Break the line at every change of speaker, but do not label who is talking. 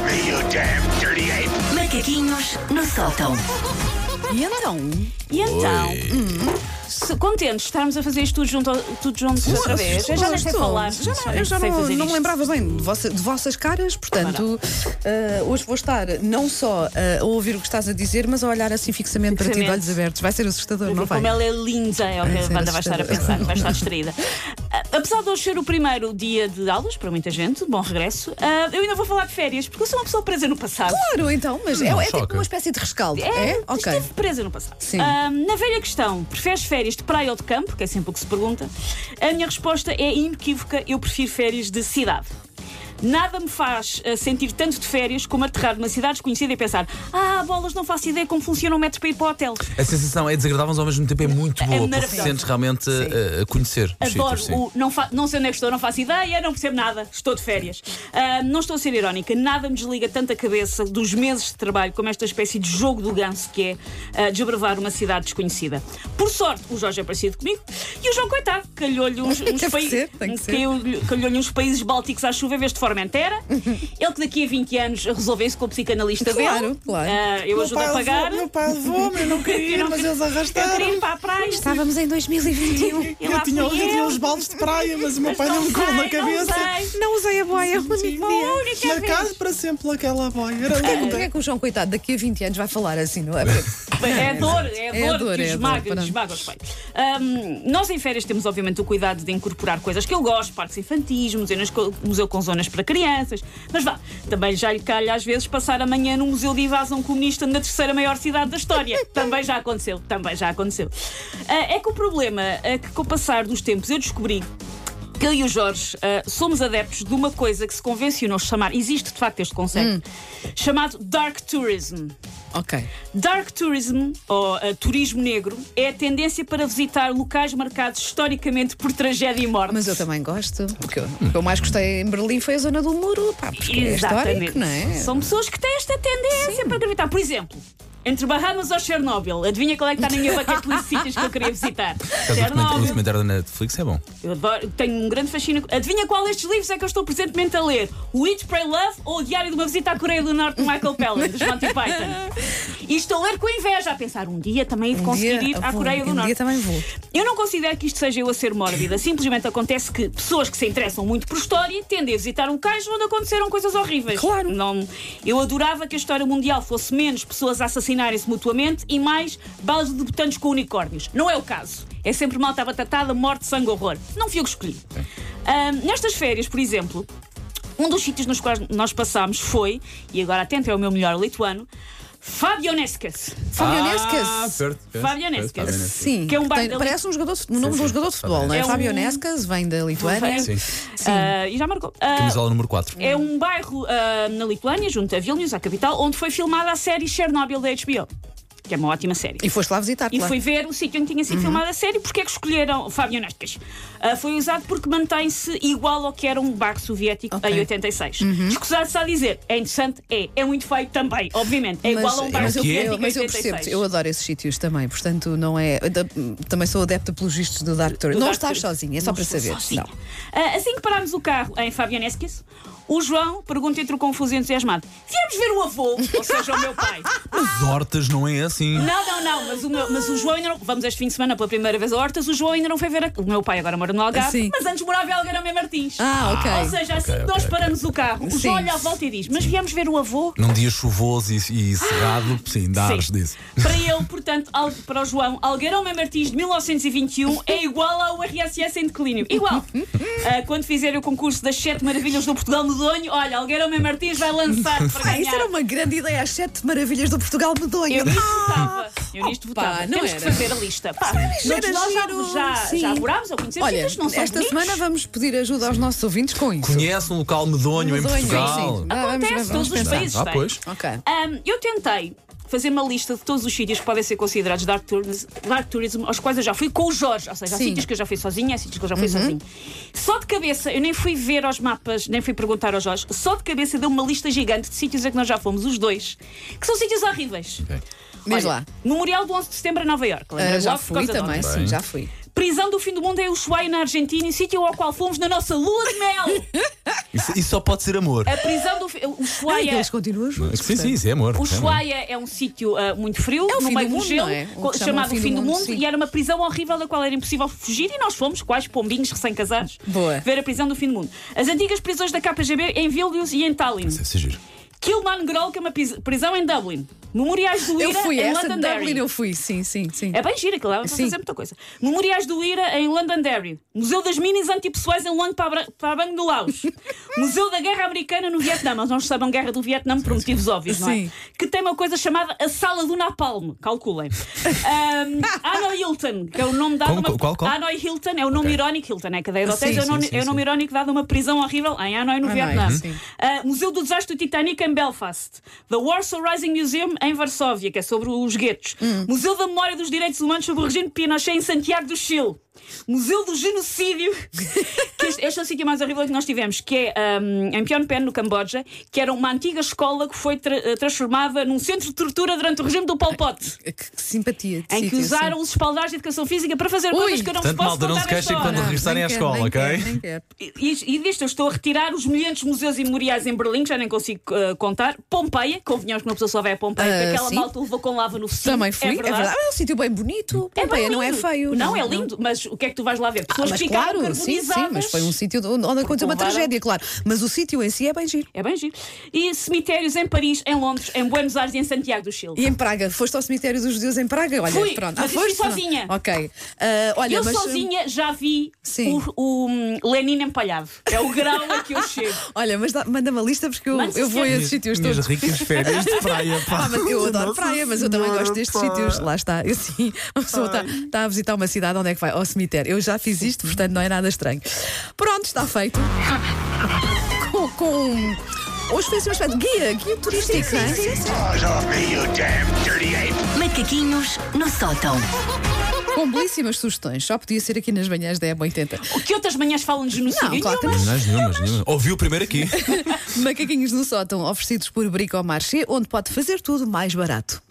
damn dirty ape!
Macaquinhos no sótão.
E então?
E então, hum, se- contentes de estarmos a fazer isto tudo, junto, tudo juntos outra vez. Eu já não sei
Estou-
falar.
já não-
Sei-
eu já
sei
não,
fazer
não me
isto.
lembrava bem de, vossa- de vossas caras, portanto, eh, hoje vou estar não só eh, a ouvir o que estás a dizer, mas a olhar assim fixamente para ti de
Fixamente.
olhos abertos. Vai ser assustador, não
Porque Como
vai?
ela é linda, é o que
Vai
a
ser
banda vai estar a
assustador.
pensar, vai estar distraída. Ah, Apesar de hoje ser o primeiro dia de aulas, para muita gente, bom regresso, ah, eu ainda vou falar de férias, porque eu sou uma pessoa presa no passado.
Claro, então, mas é,
Não
é tipo
choca.
uma espécie de rescaldo.
É,
Ok.
estive presa no passado.
Sim.
Ah, na velha questão, preferes férias de praia ou de campo, que é sempre o que se pergunta, a minha resposta é inequívoca, eu prefiro férias de cidade. Nada me faz ah, sentir tanto de férias como aterrar numa cidade desconhecida e pensar ah, bolas, não faço ideia como funciona o metro para ir para o hotel.
A sensação é desagradável, mas ao mesmo tempo é muito boa, porque
maravilhosa.
sentes realmente uh, a conhecer os
Adoro
sítios. sim.
o não, fa- não sei onde é que estou, não faço ideia, não percebo nada, estou de férias. Ah, não estou a ser irónica, nada me desliga tanto a cabeça dos meses de trabalho como esta espécie de jogo do ganso que é ah, desbravar uma cidade desconhecida. Por sorte, o Jorge é parecido comigo e o João, coitado, calhou-lhe uns, uns,
Deve
paí-
ser, tem que ser.
caiu- calhou-lhe uns países bálticos à chuva em vez de Formentera. Ele que daqui a 20 anos resolveu-se com o psicanalista
Claro,
dele.
claro.
Ah, eu ajudo a pagar.
Meu pai levou-me, eu não queria ir, mas eles
Eu
arrastaram.
queria ir para a praia.
Estávamos em 2021.
e lá
Eu tinha, eu
fui
tinha os baldes de praia, mas o meu
Mas
pai
não
deu-me com na
sei, não
cabeça.
sei.
Não usei a boia, o único dia.
única vez.
Marcado para sempre pelaquela boia. Era
Porquê é
linda.
que o João, coitado, daqui a 20 anos vai falar assim, não é? Porque-
É dor, é,
É
dor,
dor,
que
é dor,
esmaga,
pronto.
esmaga os peitos. Hum, nós em férias temos obviamente o cuidado de incorporar coisas que eu gosto, parques infantis, museu, nas co- museu com zonas para crianças, mas vá, também já lhe calha às vezes passar amanhã num museu de invasão comunista na terceira maior cidade da história. também já aconteceu, também já aconteceu. Ah, é que o problema é que com o passar dos tempos eu descobri que eu e o Jorge ah, somos adeptos de uma coisa que se convencionou chamar, existe de facto este conceito,
Hum.
chamado dark tourism.
ok.
Dark tourism, ou uh, turismo negro, é a tendência para visitar locais marcados historicamente por tragédia e morte.
Mas eu também gosto. O que eu, o que eu mais gostei em Berlim foi a zona do muro, pá, porque é
Exatamente.
histórico, não é?
São pessoas que têm esta tendência para gravitar. Por exemplo, entre Bahamas ou Chernobyl, adivinha qual é que está na minha bucket list de sítios que eu queria visitar?
Por causa do documentário- O documentário da Netflix é bom.
Eu adoro- tenho um grande fascínio. Adivinha qual destes livros é que eu estou presentemente a ler? O Eat, Pray, Love ou O Diário de uma Visita à Coreia do Norte de Michael Palin, dos Monty Python? E estou a ler com inveja, a pensar um dia também hei de
Um
conseguir
dia-
ir à
vou,
Coreia do
um
Norte. Ah,
dia também vou.
Eu não considero que isto seja eu a ser mórbida. Simplesmente acontece que pessoas que se interessam muito por história tendem a visitar locais onde aconteceram coisas horríveis.
Claro.
Não, eu adorava que a história mundial fosse menos pessoas a assassinarem-se mutuamente e mais balas de debutantes com unicórnios. Não é o caso. É sempre malta batatada, morte, sangue, horror. Não fui eu que escolhi. Ahm, nestas férias, por exemplo, um dos sítios nos quais nós passámos foi, e agora atento, é o meu melhor lituano, Fabionescas.
Ah,
Fabionescas.
Fabionescas.
Sim,
Que é um bar
tem-
da Lit-
parece um jogador de futebol, o nome
Sim,
de um
sim.
jogador de futebol, não é?
É um-
Fabionescas vem da Lituânia.
Sim.
Sim.
Ah, e já marcou. Ah,
Camisola número 4.
é um bairro ah, na Lituânia, junto a Vilnius, à capital, onde foi filmada a série Chernobyl da HBO, que é uma ótima série.
E foste lá visitar,
E
claro. Uhum.
fui ver o sítio onde tinha sido filmada a série. Porquê é que escolheram Fábio Nascas? Ah, foi usado porque mantém-se igual ao que era um barco soviético
Ok. Uhum.
em 86. Escusado-se a dizer, é interessante, é. É muito feio também, obviamente. É igual a um barco
mas, eu,
soviético
eu- mas
em
eu
86.
percebo, eu adoro esses sítios também, portanto não é. eu da- também sou adepta pelos vistos do Dark Tour.
do
Não
Dark
estás
Tour.
sozinha, é só
Não
para
estou
saber.
sozinha.
Não.
Ah, assim que parámos o carro em Fabianesques, o João pergunta entre o confuso e entusiasmado: Viemos ver o avô, ou seja, o meu pai.
As hortas não é assim.
Não, não, não, mas o, meu- mas o João ainda não. Vamos este fim de semana pela primeira vez a Hortas, o João ainda não foi ver. A, o meu pai agora mora no Algarve,
Sim.
mas antes morava em Algarve Martins.
Ah, ok.
Ou seja, assim
Ok,
que nós
ok,
paramos o carro, o
Sim.
João olha à volta e diz: Mas viemos ver o avô?
Num dia chuvoso e, e cerrado,
Ah,
sim, dá ares
Sim.
disso.
Para ele, portanto, al- para o João, Algueirão Mãe Martins de 1921 é igual ao RSS em declínio. Igual. Ah, quando fizerem o concurso das sete maravilhas do Portugal medonho, olha, Algueirão Mãe Martins vai lançar para
Ah,
ganhar.
isso era uma grande ideia, as sete maravilhas do Portugal Ah, medonho.
Eu nisto votava. Eu nisto
opa,
votava.
não
Temos que
era.
fazer a lista. é Pá,
era
todos nós já-
giro,
já,
sim.
já morámos ou conhecemos
Olha,
sítios que não são
esta
bonitos.
semana vamos pedir ajuda aos nossos ouvintes com isso.
Conhece um local medonho, em
Medonho,
Portugal?
sim. Ah, vamos-
Acontece,
vamos
todos os
pensar.
países
Ah,
têm.
pois.
Ok.
Ahm, hum, eu tentei fazer uma lista de todos os sítios que podem ser considerados dark tourism, dark tourism aos quais eu já fui com o Jorge. Ou seja, há
Sim.
sítios que eu já fui sozinha, há sítios que eu já fui sozinho. Só de cabeça, eu nem fui ver aos mapas, nem fui perguntar ao Jorge, só de cabeça deu uma lista gigante de sítios a que nós já fomos, os dois, que são sítios horríveis.
Ok.
Mas
Olha,
lá.
Memorial do 11 de setembro em Nova Iorque.
Ah,
lembra-me
já
logo por
fui
causa da
também,
onda.
sim, já fui.
Prisão do fim do mundo é o Ushuaia, na Argentina, e sítio ao qual fomos na nossa lua de mel.
Isso, isso só pode ser amor.
É,
A prisão do. fi- O
Ai,
Ushuaia.
eles continuam juntos.
Sim, sim,
portanto.
isso é amor.
O
é amor.
Ushuaia é um sítio ah, muito frio,
É o
no
fim
meio
do
do
mundo,
gelo,
não é? O
co-
que chamam
chamado
o
O Fim do Mundo,
sim.
e era uma prisão horrível da qual era impossível fugir, e nós fomos, quais pombinhos recém-casados,
Boa.
ver a prisão do fim do mundo. As antigas prisões da KGB em Vilnius e em Tallinn.
Isso é- isso é giro.
Kilmangrol, que é uma pis- prisão em Dublin. Memoriais do Ira
Eu fui,
em
essa de
Londonderry.
Dublin eu fui, sim, sim, sim.
É bem gira, claro, para
Sim.
fazer muita coisa. Memoriais do Ira em Londonderry. Museu das Minas Antipessoais em Luang Prabang Prabang do Laos. Museu da Guerra Americana no Vietnã. Mas não sabem guerra do Vietnã por motivos óbvios, não é?
Sim.
Que tem uma coisa chamada a Sala do Napalm. Calculem. Ahm, Hanoi Hilton, que é o nome dado. a
Como?
uma...
Qual? Qual?
Hanoi Hilton é o nome
Ok.
irónico. Hilton é cadeia de
Ah,
hotéis.
sim,
é o nome,
sim, sim,
é o nome
sim.
irónico dado a uma prisão horrível em Hanoi, no
Hanoi,
Vietnã.
sim.
Uh, Museu do Desastre do Titanic em Belfast. The Warsaw Rising Museum em Varsóvia, que é sobre os guetos.
Hum.
Museu da Memória dos Direitos Humanos sobre o regime de Pinochet em Santiago do Chile. Museu do Genocídio. que este, este é o sítio mais horrível que nós tivemos, que é um, em Phnom Penh, no Camboja, que era uma antiga escola que foi tra- eh, transformada num centro de tortura durante o regime do Pol Pot.
Que, que simpatia. de
É Em que
sítio, sim.
usaram os espaldares de educação física para fazer
Ui.
coisas que eu não vos
Portanto,
posso
malta, não
contar
se queixem
nesta hora.
quando regressarem à
Nem quero,
escola, ok?
nem quero, nem quero.
E, e disto eu estou a retirar os milhantes museus e memoriais em Berlim, que já nem consigo eh, contar. Pompeia, convenhamos que uma pessoa só vai a Pompeia,
Ah,
que aquela
sim.
malta levou com lava no focinho.
Também fui, é verdade. É um sítio bem bonito.
É bem
Pompeia não é
lindo.
feio.
Não, é lindo, mas o que é que tu vais lá ver?
Ah,
Pessoas
mas
que ficaram
claro, sim, sim,
carbonizadas.
mas foi um sítio onde onde aconteceu uma
levaram-
tragédia, claro. Mas o sítio em si é bem giro.
É bem giro. E cemitérios em Paris, em Londres, em Buenos Aires e em Santiago do Chile.
E em Praga? Foste ao cemitério dos judeus em Praga? Olha,
Fui,
pronto. Ah,
mas eu fui
foste?
sozinha.
Ok. Ah, olha,
eu
mas,
sozinha já vi
Sim.
o, o hum, Lenin empalhado. É o grau a que eu chego.
Olha, mas dá- manda-me a lista porque eu,
Manda-se
eu vou a
sim.
esses sítios
Minhas
todos.
ricas férias de praia, pá.
Ah, mas eu adoro praia, mas eu também gosto destes sítios. Lá está, eu sim. Uma pessoa está está a visitar uma cidade, onde é que vai? Ao cemitério. Eu já fiz isto, portanto não é nada estranho. Pronto, está feito. Com. com... Hoje fez uma espécie de guia, guia turístico, não é?
paws off me, you damn dirty ape!
Macaquinhos no sótão.
Com belíssimas sugestões. Só podia ser aqui nas manhãs da EB80.
O que outras manhãs falam de genocídio?
Não, claro que
Nenhuma.
Não, nenhumas, nenhumas. Ouviu primeiro aqui.
Macaquinhos no sótão, oferecidos por Bricomarché, onde pode fazer tudo mais barato.